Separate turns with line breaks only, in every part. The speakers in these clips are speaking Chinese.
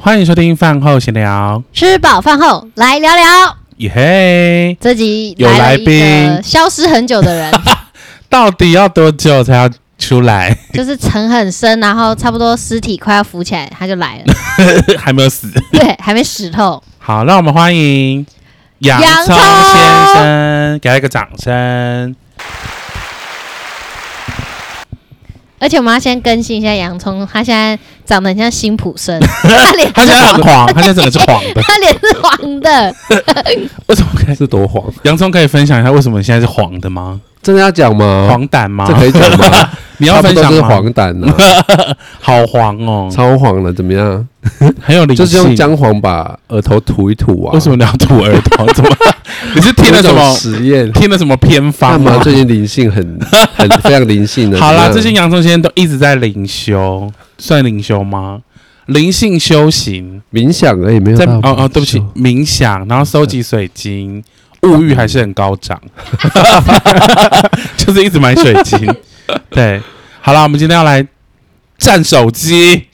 欢迎收听饭后闲聊，
吃饱饭后来聊聊。
耶嘿！
这集
有
来
来
了一个
宾
消失很久的人，
到底要多久才要出来？
就是沉很深，然后差不多尸体快要浮起来，他就 来了。
还没有死。
对，还没死透。
好，让我们欢迎洋
洋
葱
葱
先生，给他一个掌声。
而且我们要先更新一下洋葱，他现在长得很像辛普 森，他脸
他现在很 黄，他现在整个是黄的。
他脸是黄的。
为什么可以？
是多黄？
洋葱可以分享一下为什么你现在是黄的吗？
真的要讲吗？
黄疸吗
哦这？可以讲吗？
你要
差
分
不多
享
就是
吗？
黄疸呢，
好黄哦，
超黄了，怎么样？
很有灵性。
就是用姜黄把额头涂一涂啊。
为什么你要吐耳朵？怎么？ 你是听
有
了
一
什
种
么？
实验？
听了什么偏
干
方吗
嘛？？最近灵性很 很非常灵性的。
好啦，
怎
最
么
近
样
洋葱先生都一直在灵修，算灵修吗？灵性修行，
冥想而已，没有
在
到
哦哦，
灵
对不起
修，
冥想，然后收集水晶，物欲还是很高涨， 就是一直买水 晶。对，好啦，我们今天要来占手机，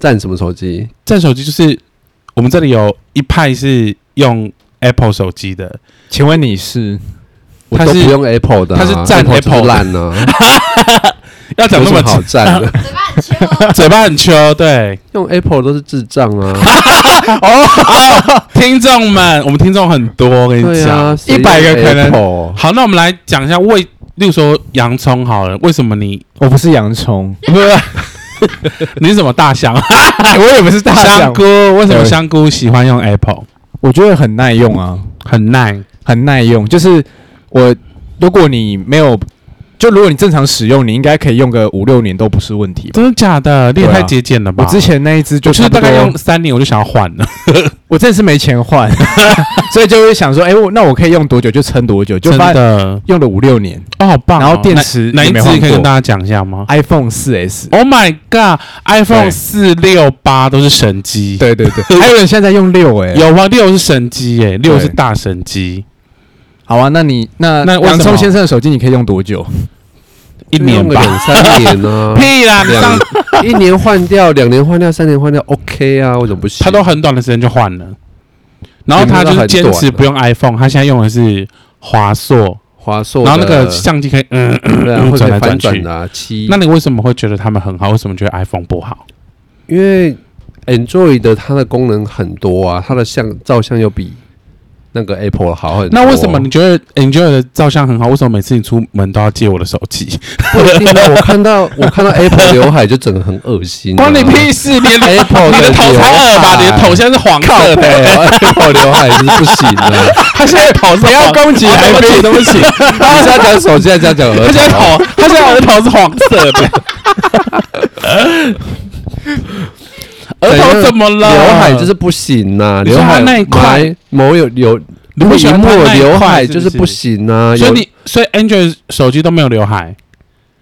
占什么手机？
占手机就是我们这里有一派是用 Apple 手机的，
请问你是？
我
它
都
是
不用 Apple 的啊，
它是占
Apple 就是
Apple 的
烂呢，
要讲
有
那
什
么
么好占 的？
嘴巴很秋哦
嘴巴很秋，对，
用 Apple 都是智障 啊！
听众们，我们听众很多，我跟你
对
讲
啊，，
一百、个可能。
能。
好，那我们来讲一下为，例如说洋葱好了，为什么 你
我不是洋 葱，
不是你是什么大香
啊我也不是大
香
象
菇？，为什么
对
香菇喜欢用 Apple？
我觉得很耐用啊，
很耐，
很耐用。就是我，如果你没有，就如果你正常使用，你应该可以用个五六年都不是问题吧。
真的假的？你也
对啊
太节俭了吧！
我之前那一只
我
就
就是
差不
大
多
概用，三年，我就想要换了。
我真的是没钱 换，所以就会想说，哎、我那我可以用多久就撑多久，就
真
发
的
用了五六年。
哦，好棒哦！
然后电池
哪哪
也
一
没
支
换
可以跟
过
大家讲一下吗
iPhone 四 S，
？Oh my god！iPhone
对
四六八都是神机，，
对对 对，还有人现在在用六哎、
有啊，六是神机耶，六
对
是大神机，
好啊，那你那
那为什
洋
么
葱先生的手机你可以用多 久？
一年
用个
吧？。
两三年啊呢
屁啦！你上
两一年换掉，两年换掉，三年换掉，OK 啊？为什么不行？
他都很短的时间就换了，然后他就是坚持不用 iPhone，他现在用的是华硕，
华硕的，
然后那个相机可以嗯，嗯
对啊，
嗯
会
转来
被翻
转去
转的啊七。
那你为什么会觉得他们很好？为什么觉得 iPhone 不好？
因为 Android 的它的功能很多啊，它的相照相又比那个 Apple 好很多。啊
那为什么你觉得 Enjoy 的照相很好？为什么每次你出门都要借我的手机？
不一定啊？我看到我看 到 Apple 刘海就整个很恶心、
关
啊，
你屁事！ 你的
Apple
你的头才二吧？你的头现在是黄
靠
色的，
背啊，Apple 刘海是不行啊 的。
他现在头是
不要
黄
攻击
啊对
来
不起
宾
对不 起，
你是要讲手机，还是要讲
他
额
现在
头啊？
头，他现在额头是黄色的。 额头怎么了？
刘海就是不行呐、
你说
刘海
它那一块
埋某有有，
你不喜欢
荧
它
幕
那一
刘
块
海
是
就
不
是
是
不行呐、
所以
有
你所以 Android 手机都没有刘海，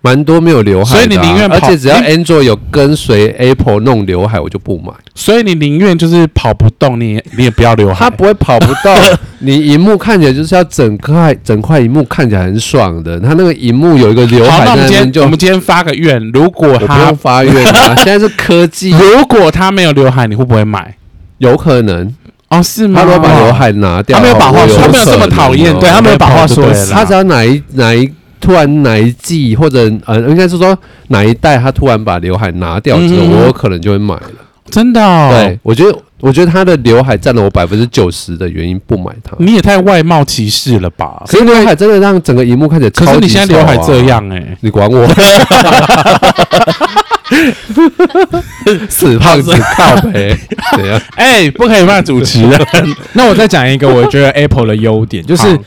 蛮多没有刘海的啊、
所以你宁愿跑
而且只要
你
Android 有跟随 Apple 弄刘海，我就不买。
所以你宁愿就是跑不动，你也你也不要刘海
它。不会跑不到， 你荧幕看起来就是要整块整块荧幕看起来很爽的。它那个荧幕有一个刘
好，
海
那我
在
们
那边
今
就，
天我们今天发个愿，如果
我不
他
用发愿 啊。现在是科技，
如果他没有刘海，你会不会买？
有可能
哦，是吗？
他如果把刘海拿掉，
他没有把话说
他没有这
啊
么讨厌，
对他没有把话说
对
死
啦
他只要哪一哪一突然哪一季或者呃，应该是说哪一代他突然把刘海拿掉之后，
嗯
我有可能就会买了。
真的哦。
对，，我觉得我觉得他的刘海占了我百分之九十的原因不买它。
你也太外貌歧视了吧？
可是刘海真的让整个荧幕看起来超级
可
丑啊、
是你现在刘海这样哎，
你管我？ 死胖子靠啊呗，怎样？
哎，不可以骂主持人。
那我再讲一个，我觉得 Apple 的优点就
好
是，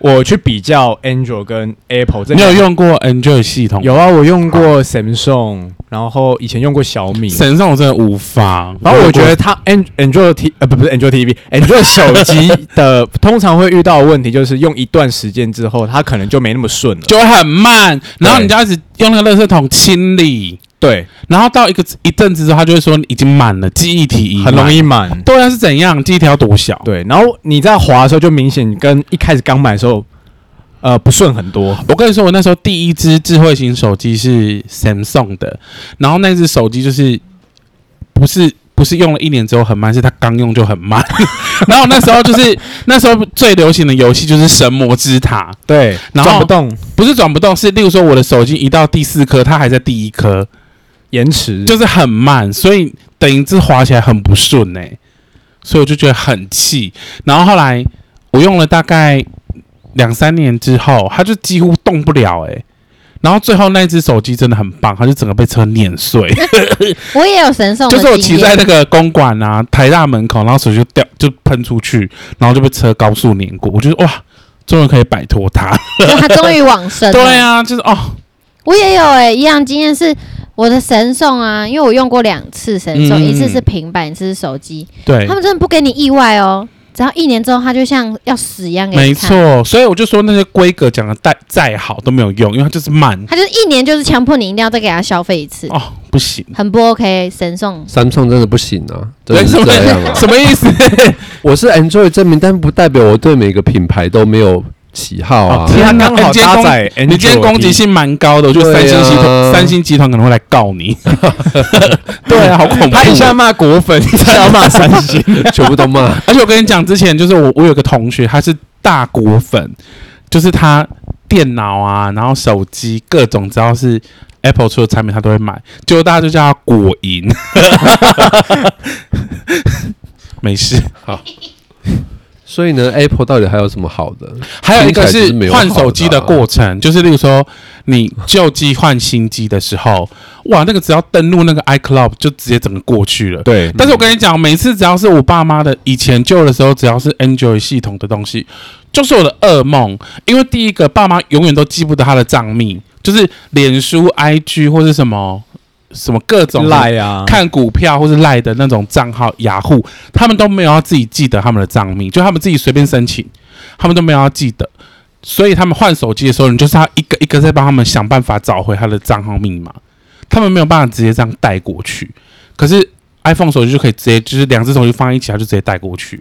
我去比较 Android 跟 Apple，这
你
两
有
个
用过 Android 系统？
有啊，我用过 Samsung，然后以前用过小米。
神送我真的无法。
然后我觉得它 An- Android T 呃不不是 Android TV，Android 手机的通常会遇到的问题就是用一段时间之后，它可能就没那么顺了。
就会很慢，然后你就要一直用那个垃圾桶清理，
对，
然后到一个一阵子之后，他就会说你已经满了，记忆体已满
很容。易满。
对啊，是怎样？记忆体要多小？
对，然后你在滑的时候就明显跟一开始刚买的时候，呃不顺很多。
我跟你说，我那时候第一只智慧型手机是 Samsung 的，然后那只手机就是不是不是用了一年之后很慢，是它刚用就很慢。 然后那时候就是那时候最流行的游戏就是神魔之塔，
对，
然后
转不动，
不是转不动，是例如说我的手机移到第四颗，它还在第一颗，
延迟
就是很慢，所以等于是滑起来很不顺哎、所以我就觉得很气。然后后来我用了大概两三年之后，它就几乎动不了哎、然后最后那只手机真的很棒，它就整个被车碾碎。
我也有神送 的
就是我
经
骑
验
在那个公馆啊台大门口，然后手机就掉就喷出去，然后就被车高速碾过。我觉得哇，终于可以摆脱它。
就他 终于往生了。
对啊，就是哦，
我也有哎、一样经验是我的神送啊，因为我用过两次神送，
嗯
一次是平板，一次是手机，
对
他，们真的不给你意外哦。只要一年之后，它就像要死一样给
没
你看。
错。所以我就说那些规格讲的再再好都没有用，因为它就是慢
它就是一年就是强迫你一定要再给它消费一次，
哦，不行。
很不 OK。神送
三创真的不行啊，真
对
的
什
是
么
这样 啊。
什么意 思？
我是 Android 证明，但不代表我对每个品牌都没有喜好啊。
天
它
哪
刚好
你今天
搭
攻
载
你今天
Android
攻击性蛮高的，我觉得三星集
对
团
啊
三星集团可能会来告 你。对啊，好恐怖
他一下
哦。
骂果粉，一下骂三星，
全部都骂，
而且我跟你讲，之前就是我我有个同学，他是大果粉，就是他电脑啊，然后手机各种只要是 Apple 出的产品，他都会买，结果大家就叫他果蝇。 没事，
所以呢，Apple 到底还有什么好的？
还有一个是
听起来就是没有啊
换手机的过程，就是例如说你旧机换新机的时候，哇，那个只要登录那个 iCloud 就直接整个过去了。
对
但是我跟你讲，每次只要是我爸妈的以前旧的时候，只要是 Android 系统的东西，就是我的噩梦。因为第一个，爸妈永远都记不得他的账密，就是脸书、IG 或是什么什么各种
赖啊，
看股票或是赖的那种账号，雅虎他们都没有要自己记得他们的账密，就他们自己随便申请，他们都没有要记得。所以他们换手机的时候，你就是要一个一个在帮他们想办法找回他的账号密码，他们没有办法直接这样带过去。可是 iPhone 手机就可以直接，就是两只手机放在一起，它就直接带过去，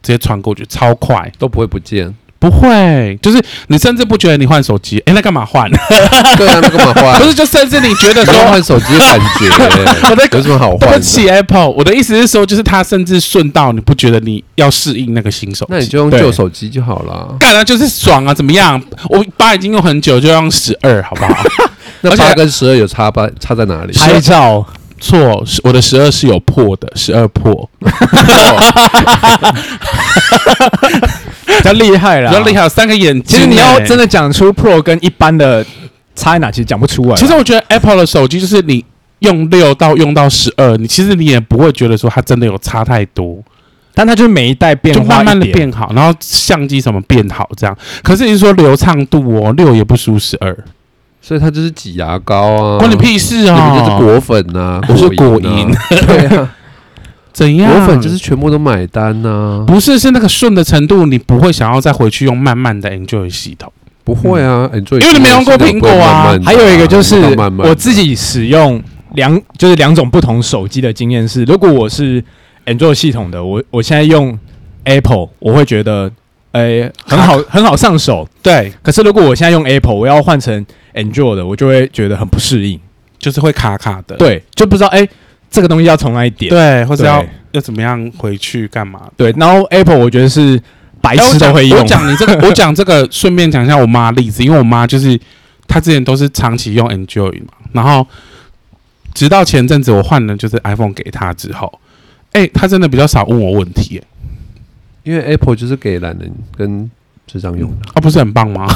直接传过去，超快，
都不会不见。
不会，就是你甚至不觉得你换手机，诶，那干嘛换？
对啊，那干嘛换
不？是，就甚至你 觉得
不
说
用换手机的感觉，
我在
有什么好
对不
换？
起 Apple，我的意思是说，就是它甚至顺道你不觉得你要适应那个新手
那你
机，
就用
对
旧手机就好了。
干了就是爽啊，怎么样？我八已经用很久，就用十二，好不 好？而
那
且
八跟十二有差吧？差在哪里？
拍照，
错，是我的十二是有破的，十二破
比较厉害啦，
比较厉。害，有三个眼
其
睛欸、
实你要真的讲出 Pro 跟一般的差在哪，其实讲不出来啊。
其实我觉得 Apple 的手机就是你用六到用到十二，你其实你也不会觉得说它真的有差太多，
但它就是每一代变
就
化
慢慢的
一点，
变好，然后相机什么变好这样。可是你说流畅度哦，六也不输十二，
所以它就是挤牙膏啊，
关你！屁事
你
哦！
们就是果粉呐，
我是
果
果
蝇啊，对 啊，
怎样？
果粉就是全部都买单啊呐。
不是是那个顺的程度，你不会想要再回去用慢慢的 Enjoy 系统。
不会啊，你最
因为你没用过苹果啊
还有一个就是
慢慢
我自己使用两就是两种不同手机的经验是，如果我是 Android 系统的，我我现在用 Apple，我会觉得诶、很 好很好上手。
对，
可是如果我现在用 Apple，我要换成 Android 的，我就会觉得很不适应。
就是会卡卡的。
对，就不知道诶、这个东西要从哪里点。
对，或者要
对
要怎么样回去干嘛？
对，然后 Apple 我觉得是白
哎我
痴
讲
都会用
我，讲你这 个，我讲这个，顺便讲一下我妈的例子，因为我妈就是她之前都是长期用 Enjoy 嘛，然后直到前阵子我换了就是 iPhone 给她之后，哎、她真的比较少问我问题、哎
因为 Apple 就是给懒人跟智障用的，
啊，不是很 棒吗？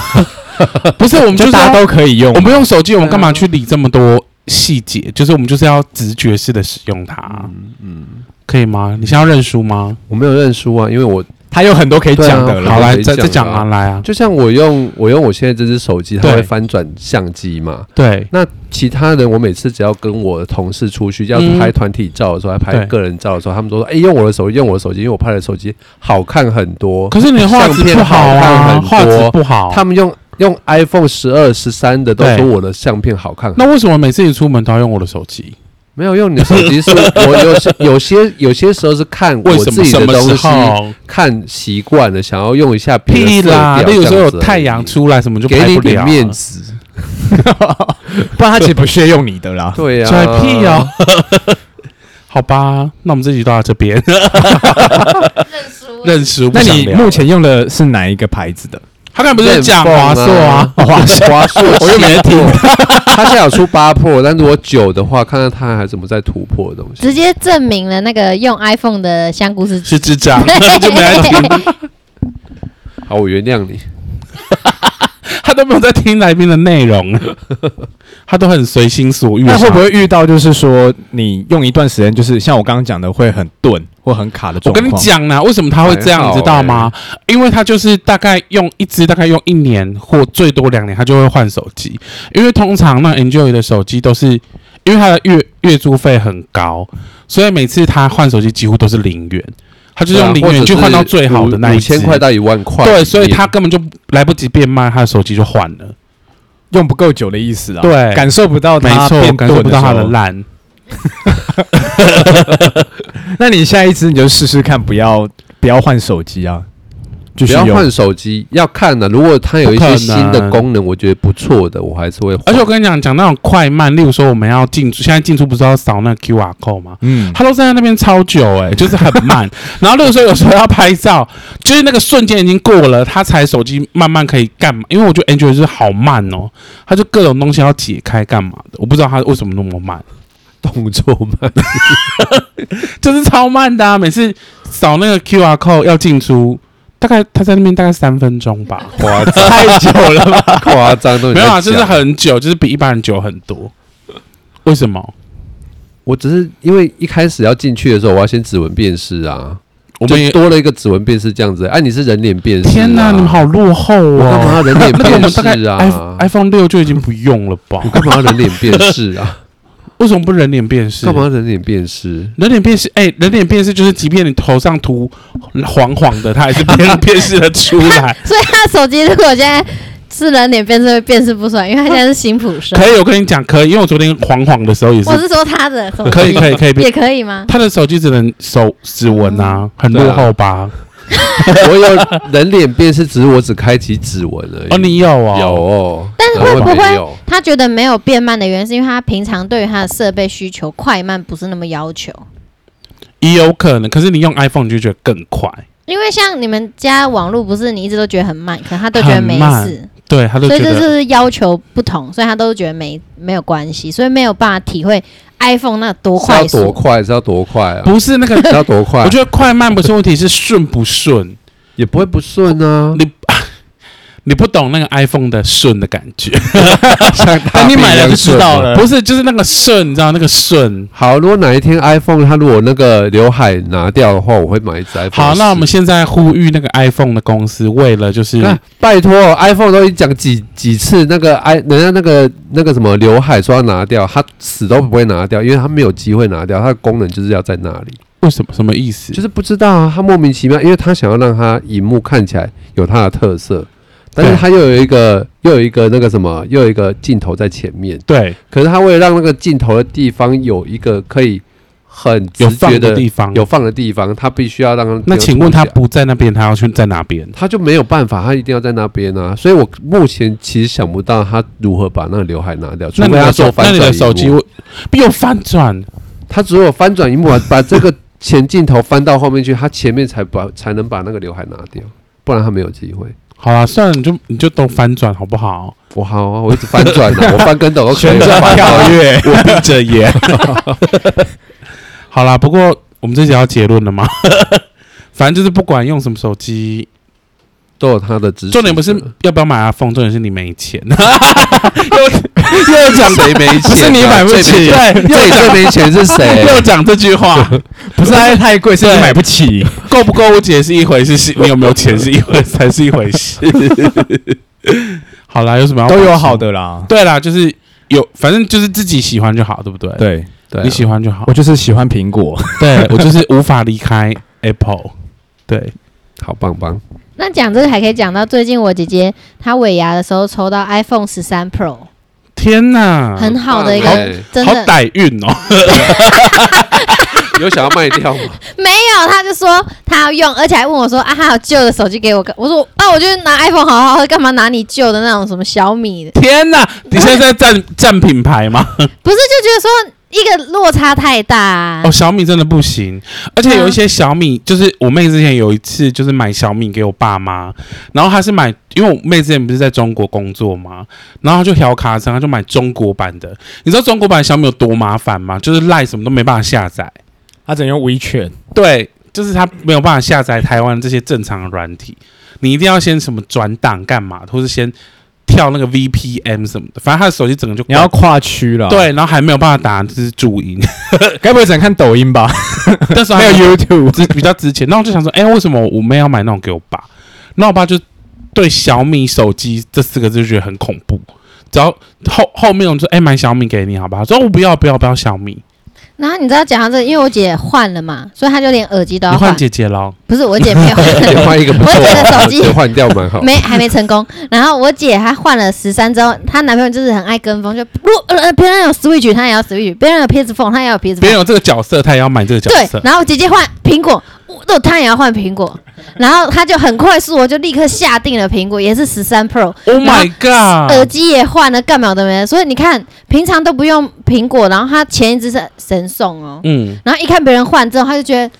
不是，我们
就是大家
要
都可以用。
我们用手机，我们干嘛去理这么多细节？就是我们就是要直觉式的使用它，
嗯嗯，
可以吗？你现在要认输吗？
我没有认输啊，因为我
它有很多可以讲的
对啊
了。
好，来
可以
再
讲
再讲
啊
啊，来啊，
就像我用我用我现在这只手机，它
对
会翻转相机嘛。
对
那其他人，我每次只要跟我的同事出去，要
嗯
拍团体照的时候，还拍
对
个人照的时候，他们都说：“哎、用我的手机，用我的手机，因为我拍的手机好看很多。
可是你的画质
相片
不好啊，
好看很
画质
多
不好。
他们用用 iPhone 十二、十三的都
对
说我的相片好看很多
那为什么每次你出门都要用我的手机？
没有用你的手 机是，我有些有些有些时候是看
为
我
什
自
么？
己
什
的
么时
东西，
候？
看习惯了，想要用一下别的
屁
色调
啦！例如
这
说
样
有
子而已
太阳出来什么就
给
拍
你
不
点
了。啊
面 子， 啊
不然它其实不屑用你的啦。
啊
对呀、
拽屁哦！好吧，那我们这集到这边，
认输
认识不
那
想
你
聊
目前用的是哪一个牌子的？
他刚才不是讲华硕啊？
华 硕华硕，我又没听。 他现在有出八破，但如果九的话，看看他还怎么在突破的东西。
直接证明了那个用 iPhone 的香菇是
是智障，就没来听，
好，我原谅你。
他都没有在听来宾的内容，他都很随心所欲。啊
那会不会遇到就是说你用一段时间，就是像我刚刚讲的会很钝或很卡的
我
状况？
跟你，讲啦，为什么他会这样，
还
你
好
知道吗？因为他就是大概用一支，大概用一年或最多两年，他就会换手机。因为通常那 Enjoy 的手机都是，因为它的月月租费很高，所以每次他换手机几乎都是零元，他就
啊
用零元去换到最好的那一
五
支
千块到一万块里面。
对，所以他根本就来不及变卖，他的手机就换了。
用不够久的意思啊，
对
感受不到
没
它
错，我
变
感受
钝
不
的
到他的
时候。
烂。
那你下一次你就试试看，不要不要换手机啊，继
不
续
要
用。
换手机，要看的。如果它有一
不可
些
能啊
新的功能，我觉得不错的，我还是会换。
而且我跟你讲，讲那种快慢，例如说我们要进出，现在进出不是要扫那个 QR code 吗？
嗯，
他都站在那边超久、欸，就是很慢。然后那个时候有时候要拍照，就是那个瞬间已经过了，他才手机慢慢可以干嘛？因为我觉得 Android 就是好慢哦，他就各种东西要解开干嘛的，我不知道他为什么那么慢，
动作慢，
就是超慢的、啊。每次扫那个 QR code 要进出，大概他在那边大概三分钟吧，
夸张太久了吧？ 夸张都
没有啊，就是。很久，就是比一般人久很多。为什么？
我只是因为一开始要进去的时候，我要先指纹辨识啊，
我
就
们也
多了一个指纹辨识这样子。哎，你是人脸辨识啊？
天哪、你们好落后
我干嘛
哦！
要人
那
脸
那个我
辨
们大概哎
识
i
啊？
iPhone 六就已经不用了吧
我？干嘛要人脸辨识 啊？
为什么不人脸辨识？
干嘛要人脸辨识？
人脸辨识，哎、人脸辨识就是，即便你头上涂黄黄的，它还是被 人辨识的出 来。
所以他手机如果现在是人脸辨识会辨识不出来，因为他现在是新普生。
可以，我跟你讲，可以，因为我昨天黄黄的时候也是
我，是说他的手机
可以，可以，可以
也
辨。
可以吗？
他的手机只能手指纹啊，
嗯
很
对
落
啊
后吧？
我有人脸辨识，只是我只开启指纹而已。
哦，你有哦，
啊有哦？
但是
然后
会不会
没有
他觉得没有变慢的原因，是因为他平常对于他的设备需求快慢不是那么要求。
也有可能。可是你用 iPhone 你就觉得更快，
因为像你们家网络不是你一直都觉得很慢，可能他都觉得没
很慢
事，
对，他就觉
所以这就
得
是要求不同，所以他都觉得没没有关系，所以没有办法体会 iPhone 那多
是要
快
多
速。
快？是要多快啊？
不是那个。
是要多 快
我？觉得快慢不是问题，是顺不顺。
也不会不顺啊。
你你不懂那个 iPhone 的顺的感觉，
像
等你买了就知道。了。
不是就是那个顺，你知道那个顺。
啊好，如果哪一天 iPhone 它如果那个刘海拿掉的话，我会买一只 iPhone 10。
好，那我们现在呼吁那个 iPhone 的公司，为了就是
那拜托，iPhone 都已经讲几几次，那个 i 人家那个那个什么刘海说要拿掉，它死都不会拿掉，因为它没有机会拿掉，它的功能就是要在那里，
为什么什么意思？
就是不知道啊，它莫名其妙，因为它想要让它荧幕看起来有它的特色，但是
对
它又有一个又有一个那个什么，又有一个镜头在前面，
对，
可是它为了让那个镜头的地方有一个可以很直
有
觉
放
的
的地方。
有放的地方，他必须要让它
那请问他
留出来
不在那边，他要去在哪边？
他就没有办法，他一定要在那边啊。所以我目前其实想不到他如何把那个刘海拿掉，除
那
非
你
他
的
做
手，
翻
那
转
你的手机
荧幕
会又翻转？
他只有翻转荧幕，把这个前镜头翻到后面去，他前面才把才能把那个刘海拿掉，不然他没有机会。
好啦，算了，你就你就都翻转好不好？
我好啊，我一直翻转 啊，我翻跟斗都可以
旋转
翻到
跳跃，
我闭着 眼。好啦，不过我们这集要结论了吗？ 反正就是不管用什么手机，
都有他的支持者。
重点不是要不要买 iPhone，重点是你没钱。
又讲谁没钱啊、
不是你买不起
最没钱
对
这里最没钱是 谁？
又讲这句话，
不是它太贵，是你
对
买不起。
购不购物节是一回事，是你有没有钱是一回才是一回 事。好啦，有什么要
都有好
的。
的啦。
对啦，就是有，反正就是自己喜欢就好，对不对？，
对，
对啊
你喜欢就好
我。就是喜欢苹果。
对我就是无法离开 Apple。对，
好棒棒，
那讲这个还可以讲到最近我姐姐她尾牙的时候抽到 iPhone 十三 Pro，
天哪，
很好的一
好
个，真
啊好
的
歹运哦。
有想要 卖掉吗？
没有，她就说她要用，而且还问我说啊，她有旧的手机给我看，我说啊，我就拿 iPhone 好好喝，干嘛拿你旧的那种什么小米的？
天哪，你现在在占占品牌吗？
不是就觉得说一个落差太大、啊
哦，。小米真的不行，而且有一些小米，就是我妹之前有一次就是买小米给我爸妈，然后她是买，因为我妹之前不是在中国工作嘛，然后她就调卡车，她就买中国版的。你知道中国版小米有多麻烦吗？就是赖什么都没办法下载，
他只能用 WeChat，
对，就是她没有办法下载台湾这些正常的软体，你一定要先什么转档干嘛，或是先跳那个 VPN 什么的，反正她的手机整个就
你要
关
跨区了。，
对，然后还没有办法打就是注 音，
该不会只能看抖音吧？
但是
还有 YouTube，
之比较值钱。那我就想说，哎、为什么我妹要买那种给我爸？那我爸就对小米手机这四个字就觉得很恐怖。只要后后面我们说，哎、买小米给你好不好？他说哦我不要不要不要小米，
然后你知道讲到这个，因为我姐换了嘛，所以她就连耳机都
你
要
换姐姐喽。
不是我姐没有
可以
换，
换一个不错
我姐的手机
对换掉蛮好。
没还没成功。然后我姐她换了十三之后，她男朋友就是很爱跟风，就不呃别人有 Switch 她也要 Switch，别人有 PS Phone 她也要 PS
别
Phone。
人有这个角色，他也要买这个角
对
色，。
然后姐姐换苹果，那她也要换苹果，然后她就很快速，我就立刻下定了苹果，也是十三 Pro，
Oh
然后呃
my
耳
god！
机也换了，干嘛都没了。所以你看，平常都不用苹果，然后她前一只是神送哦，
嗯，
然后一看别人换之后，她就觉得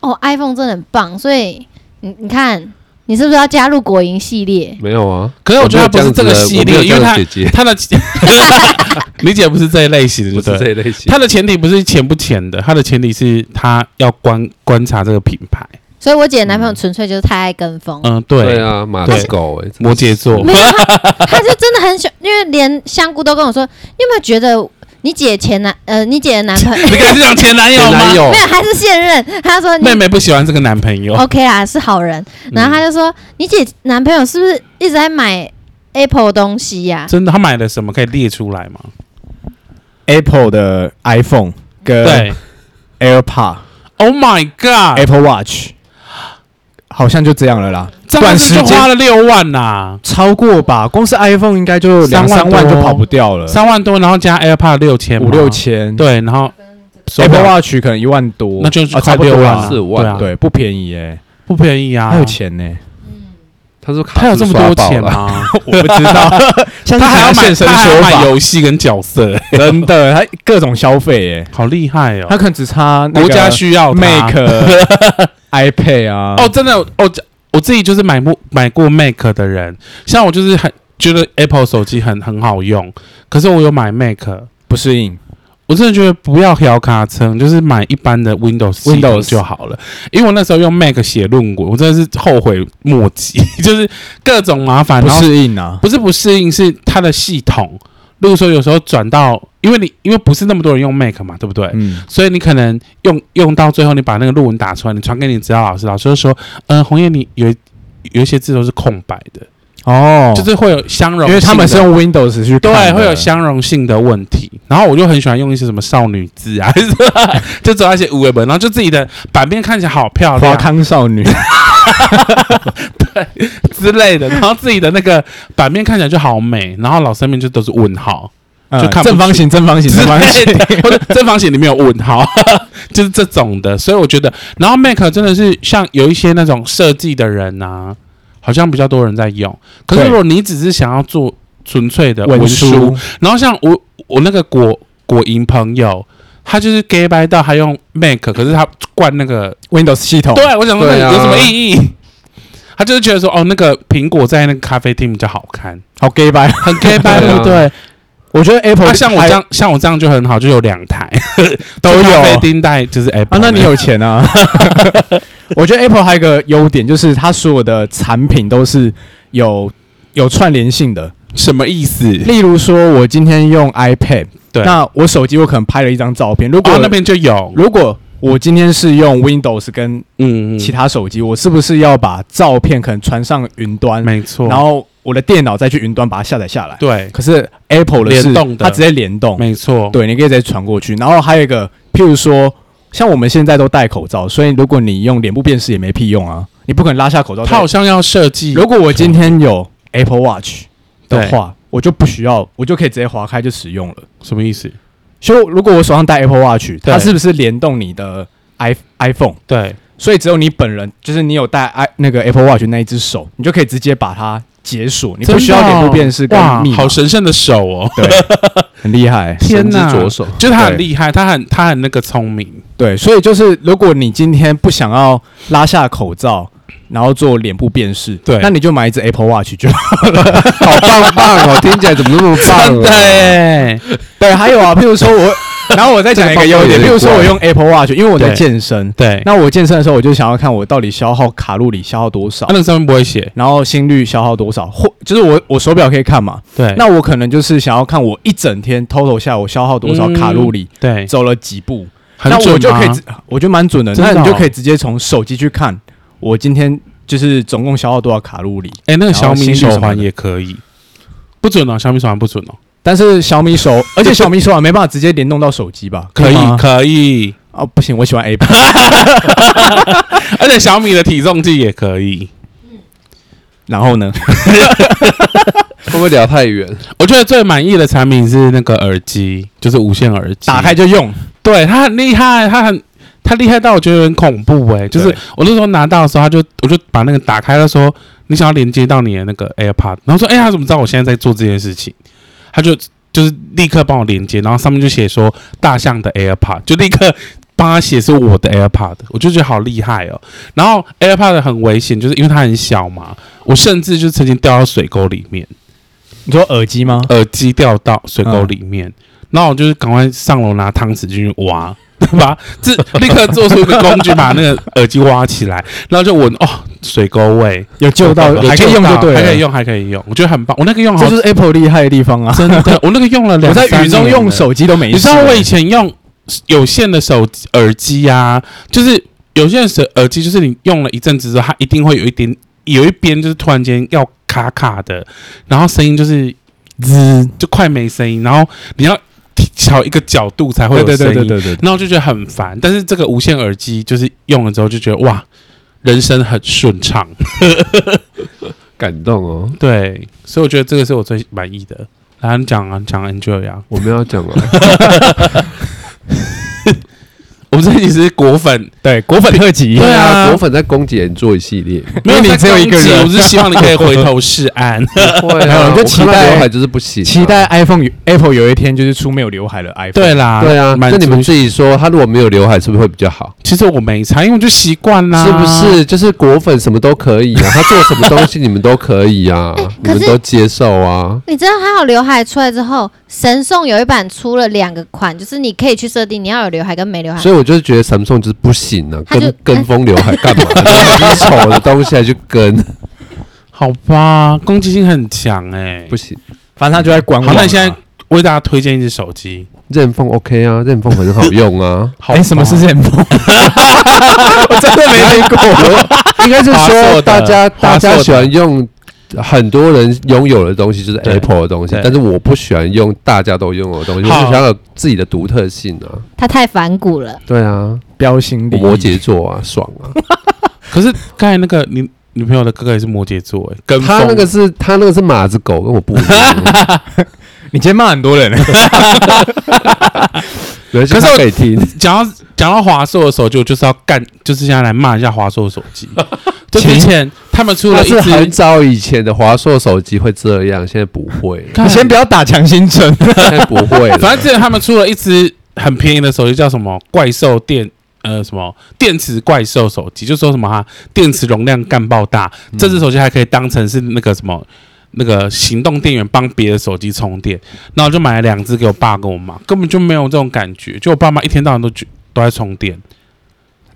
哦 iPhone 真的很棒，所以你你看。你是不是要加入果蝇系列？
没有啊，
可是我觉得他不是这个系列，
我没
因
有
为
这
他
样的姐姐，
他的 理解不是这一类型的，
不
对不
是这
对？
一类型。
他的前提不是钱不钱的，他的前提是他要观观察这个品牌。
所以我姐的男朋友纯粹就是太爱 跟风，
嗯，
对
对，
啊，马
对
子狗哎，
摩羯座。
没有他，他就真的很喜欢，因为连香菇都跟我说，你有没有觉得你姐前男呃，你姐的男朋 友
你跟这种前男友
前
吗
男？友
没有还是现任？他说你哦
妹妹不喜欢这个男朋友，
OK 啦，是好人，然后他就说、你姐男朋友是不是一直在买 Apple 东西呀、
真的，他买了什么可以列出来吗？
Apple 的 iPhone 跟
对
AirPod、
，Oh my God，
Apple Watch，好像就这样了啦。
这样
短
子
时
就花
间
了六万呐，
超过吧，光是 iPhone 应该就两
三
三
万
万
多
就跑不掉了，
三万多，然后加 AirPod 六千，
五六，千。
对，然后手表
，Apple Watch 可能一万多，
那就
啊
快
差不多
六万
啦
了，
四五万
对啊
对，不便宜哎，
不便宜啊，
还有，钱呢，
他说
他有这么多钱吗？
我不知道，
他
他
还要买，
现身
他还
说
要买
法，
游戏跟角色，
真的，他各种消费哎，
好厉害哦
他！可能只差那个
国家需要他
Mac、iPad 啊，
哦，真的，哦，这我自己就是买过买过 Mac 的人，像我就是很觉得 Apple 手机很很好用，可是我有买 Mac，
不适应，
我真的觉得不要调卡层，就是买一般的 Windows 系统
Windows
就好了。因为我那时候用 Mac 写论文，我真的是后悔莫及， 就是各种麻烦，
不
然后
适应啊，
不是不适应，是它的系统。例如说，有时候转到，因为你因为不是那么多人用 Mac 嘛，对不对？
嗯，
所以你可能用用到最后，你把那个论文打出来，你传给你指导老师，老师就说，嗯、红叶你有有一些字都是空白的，
哦，
就是会有相容性的，
因为他们是用 Windows 去看
对，
的
会有相容性的问题。然后我就很喜欢用一些什么少女字啊， 就走那些无为本，然后就自己的版面看起来好漂
华
亮
康 少女，
之类的，然后自己的那个版面看起来就好美，然后老师面就都是问号，就看不出
嗯正方形，正方形，
之
正方
类
形，
的，或者正方形里面有问号， 就是这种的。所以我觉得，然后 Mac 真的是像有一些那种设计的人啊，好像比较多人在用。可是
对
如果你只是想要做纯粹的文书
书，
然后像我我那个果果蝇朋友，他就是 gay 掰到他用 Mac，可是他灌那个，
Windows 系统，
对我想说那
对啊
有什么意义？ 他就是觉得说，哦，那个苹果在那个咖啡厅比较好看，
好 gay 白。
很 gay 掰，
对
对
啊
不对？
我觉得 Apple
那像我这样，像我这样就很好，就有两台
都有
咖啡丁带，就是 Apple
啊，
的。
那你有钱啊？ 我觉得 Apple 还有一个优点就是它所有的产品都是有有串联性的。
什么意思？
例如说，我今天用 iPad，
对
那我手机我可能拍了一张照片，如果、
哦，那边就有，
如果我今天是用 Windows 跟
嗯，
其他手机，我是不是要把照片可能传上云端，
没错，
然后我的电脑再去云端把它下载下来？
对，
可是 Apple 的是
联动的
它直接联动，
没错，
对，你可以直接传过去。然后还有一个，譬如说，像我们现在都戴口罩，所以如果你用脸部辨识也没屁用啊，你不可能拉下口罩
他
戴
好。像要设计，
如果我今天有 Apple Watch 的
对
话，我就不需要，我就可以直接划开就使用了。
什么意思？
所以如果我手上戴 Apple Watch，它
对
是不是联动你的 i iPhone？
对，
所以只有你本人，就是你有戴 i 那个 Apple Watch 那一只手，你就可以直接把它解锁，你
真
不
的
需要脸部
哦
辨识跟
哇
密，码
好，神圣的手哦！
对，很厉害。
天
哪，
哪，
左手，
就是他很
对
厉害，他很他很那个聪明，
对，所以就是如果你今天不想要拉下口罩，然后做脸部辨识，
对
那你就买一只 Apple Watch 就好。
好棒棒哦！听起来怎么那么棒、啊？
耶！
对，还有啊，譬如说 我，然后我再讲一个优点，
这个方法有点
譬如说我用 Apple Watch，因为我在
对
健身，
对，那
那我健身的时候，我就想要看我到底消耗卡路里消耗多少
那，个上面不会写，
然后心率消耗多少，或就是我我手表可以看嘛，
对，
那我可能就是想要看我一整天 total 下来我消耗多少卡路里，
对，
走了几步，
嗯很
那
准啊
我就可以
吗
直，我觉得蛮准的。
真的
那你就
哦
可以直接从手机去看我今天就是总共消耗多少卡路里。
哎、那个小米手
然后心率什么
环
的
也可以，不准哦，小米手环不准哦，
但是小米手，而且小米手啊没办法直接联动到手机吧？
可以
吗
可以，
哦，不行，我喜 欢 Apple。
而且小米的体重计也可以。
然后呢？
会不会聊太远？
我觉得最满意的产品是那个耳机，就是无线耳机，
打开，就用，
对，它很厉害，它很。它厉害到我觉得有点恐怖哎、就是
对
我那时候拿到的时候，他就我就把那个打开，他说你想要连接到你的那个 AirPod，然后说哎、他怎么知道我现在在做这件事情？他就就是立刻帮我连接，然后上面就写说大象的 AirPod，就立刻帮他写是我的 AirPod，我就觉得好厉害哦。然后 AirPod 很危险，就是因为它很小嘛，我甚至就曾经掉到水沟里面，
你说耳机吗？
耳机掉到水沟里面，然后我就是赶快上楼拿汤匙进去挖。 对吧？这立刻做出一个工具，把那个耳机挖起来，然后就闻哦，水沟味，
有救到，
有
还可以用就对了，
还可以，用，还可以用，我觉得很棒。我那个用好
这就是 Apple 厉害的地方啊！
真的，我那个用了两
我在
三
雨中
年
用
了
手机都没事。
你知道我以前用有线的手机耳机啊，就是有线的耳机，就是你用了一阵子之后，它一定会有一点有一边就是突然间要卡卡的，然后声音就是滋，就快没声音，然后你要调一个角度才会
对
有声
对
音，
对对对对，对
然后就觉得很烦。但是这个无线耳机就是用了之后就觉得哇，人生很顺畅，
感动哦！
对，所以我觉得这个是我最满意 的。然后你讲啊，你讲 Angel 呀、
我们要讲 了，
啊我们这集是果粉，
对果粉特辑，
对啊
果粉在攻击人做一系列，
没有
因为你只有一个人
在攻击我是希望你可以回头是 岸。
会
没有
啊，
就
我
期
看到
待
刘海就是不行、啊
期。待 iPhone 有 Apple 有一天就是出没有刘海的 iPhone。
对啦，
对啊，
满
那
足
你们自己说，他如果没有刘海，是不是会比较好？
其实我没差，因为我就习惯啦，
是不？是？就是果粉什么都可以啊，他做什么东西你们都可以啊
哎，
你们
可是
都接受啊。
你知道它有刘海出来之后，神送有一版出了两个款，就是你可以去设定你要有刘海跟没刘海
所。以我就是觉得 Samsung 就是不行啊，
他就
跟跟风刘海 干嘛？这么丑的东西还去跟，
好吧，攻击性很强哎、
不行。
反正他就在观望啊。
好，那你现在为大家推荐一只手机，
任风 OK 啊，任风很好用啊。
好吧，
哎，什么是 Zen
我真的没听过， 应该是
华硕
说
的
大家
华
大
硕的
家喜欢用。很多人拥有的东西就是 Apple 的东西
对，
但是我不喜欢用大家都拥有的东西，我
好
是想要有自己的独特性啊。
它太反骨了，
对啊，
标新立
我
异
摩羯座啊，爽啊！
可是刚才那个你女朋友的哥哥也是摩羯座哎、跟风
他那个是他那个是马子狗，跟我不一 样。
你今天骂很多人，
可
可是我
可以听，
讲到讲到华硕的手机，我就是要干，就是现在来骂一下华硕的手 机。就之前他们出
他
了一
是很
只，
早以前的华硕手机会这样，现在不会 了，
看
你先不要打强心针。
现在不会了。
反正之前他们出了一只很便宜的手机，叫什么怪兽电呃什么电池怪兽手机，就说什么哈电池容量干爆大，
嗯
这只手机还可以当成是那个什么。那个行动电源帮别的手机充电，然后我就买了两只给我爸跟我妈，根本就没有这种感觉。就我爸妈一天到晚都觉都在充电，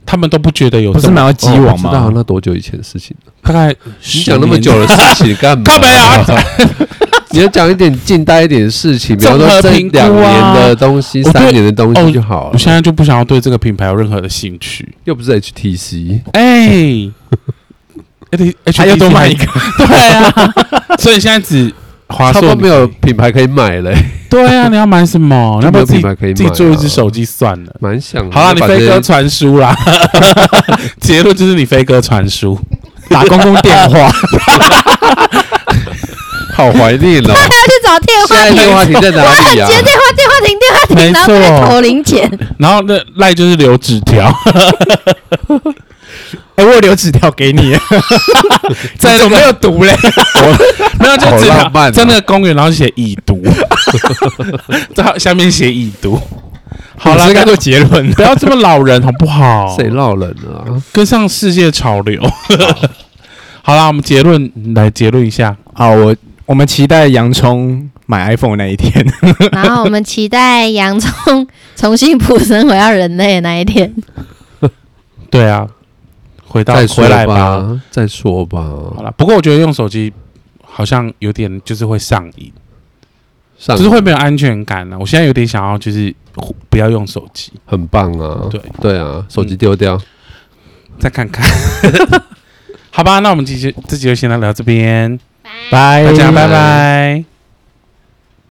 他们都不觉得有
不
这
是
么
买到鸡
哦我
网
知道
吗？
那多久以前的事情了？
大概
你
你
讲那么久的事情干嘛？
靠北啊！
你要讲一点近代一点的事情，比方说这
综合
两
评估啊
年的东西、
我对
三年的东
哦
西就好
我
了。
现在就不想要对这个品牌有任何的兴趣。
又不是 HTC，
哎、h H
他又多买一个，
对啊，所以现在只华
差不
硕
多没有。品牌可以买嘞，
对 啊，你要买什么？你
就
要不
没
要
有
自
品
己
牌可以买啊。
自己做一只手机算了？
蛮想的。
好啦，
就
你
把
飞
这
鸽
些
传书 啦，结论就是你飞鸽传书。
打公共电 话，
好怀念 哦。
他要去找电
现
话
在
亭，
电话亭在
我
哪
很
里
接
啊？
电话电话亭电话
没
亭，然后在
错
投零钱。
然后那赖就是留纸条。
哎、我有留纸条给 你，这怎么没有 读嘞？
没有就
好
纸
浪漫
条在
哦
那个公园，然后写已 读，在下面写已读。好了
是，该做结论。
不要这么老人好不好？
谁闹人啊？
跟上世界潮流。 好啦，我们结论来结论一下，
好，我我们期待洋葱买 iPhone 那一天。
然后我们期待洋葱重新普生回到人类的那一天。
对啊，回到
再说
回来吧。
吧，再说吧。
好了，不过我觉得用手机好像有点就是会上瘾，
上
就是会没有安全感啊了、我现在有点想要就是不要用手机，
很棒啊，
对
对啊，手机丢掉，
再看看。 好吧，那我们这集这集就先来聊这边，
拜
大家拜拜。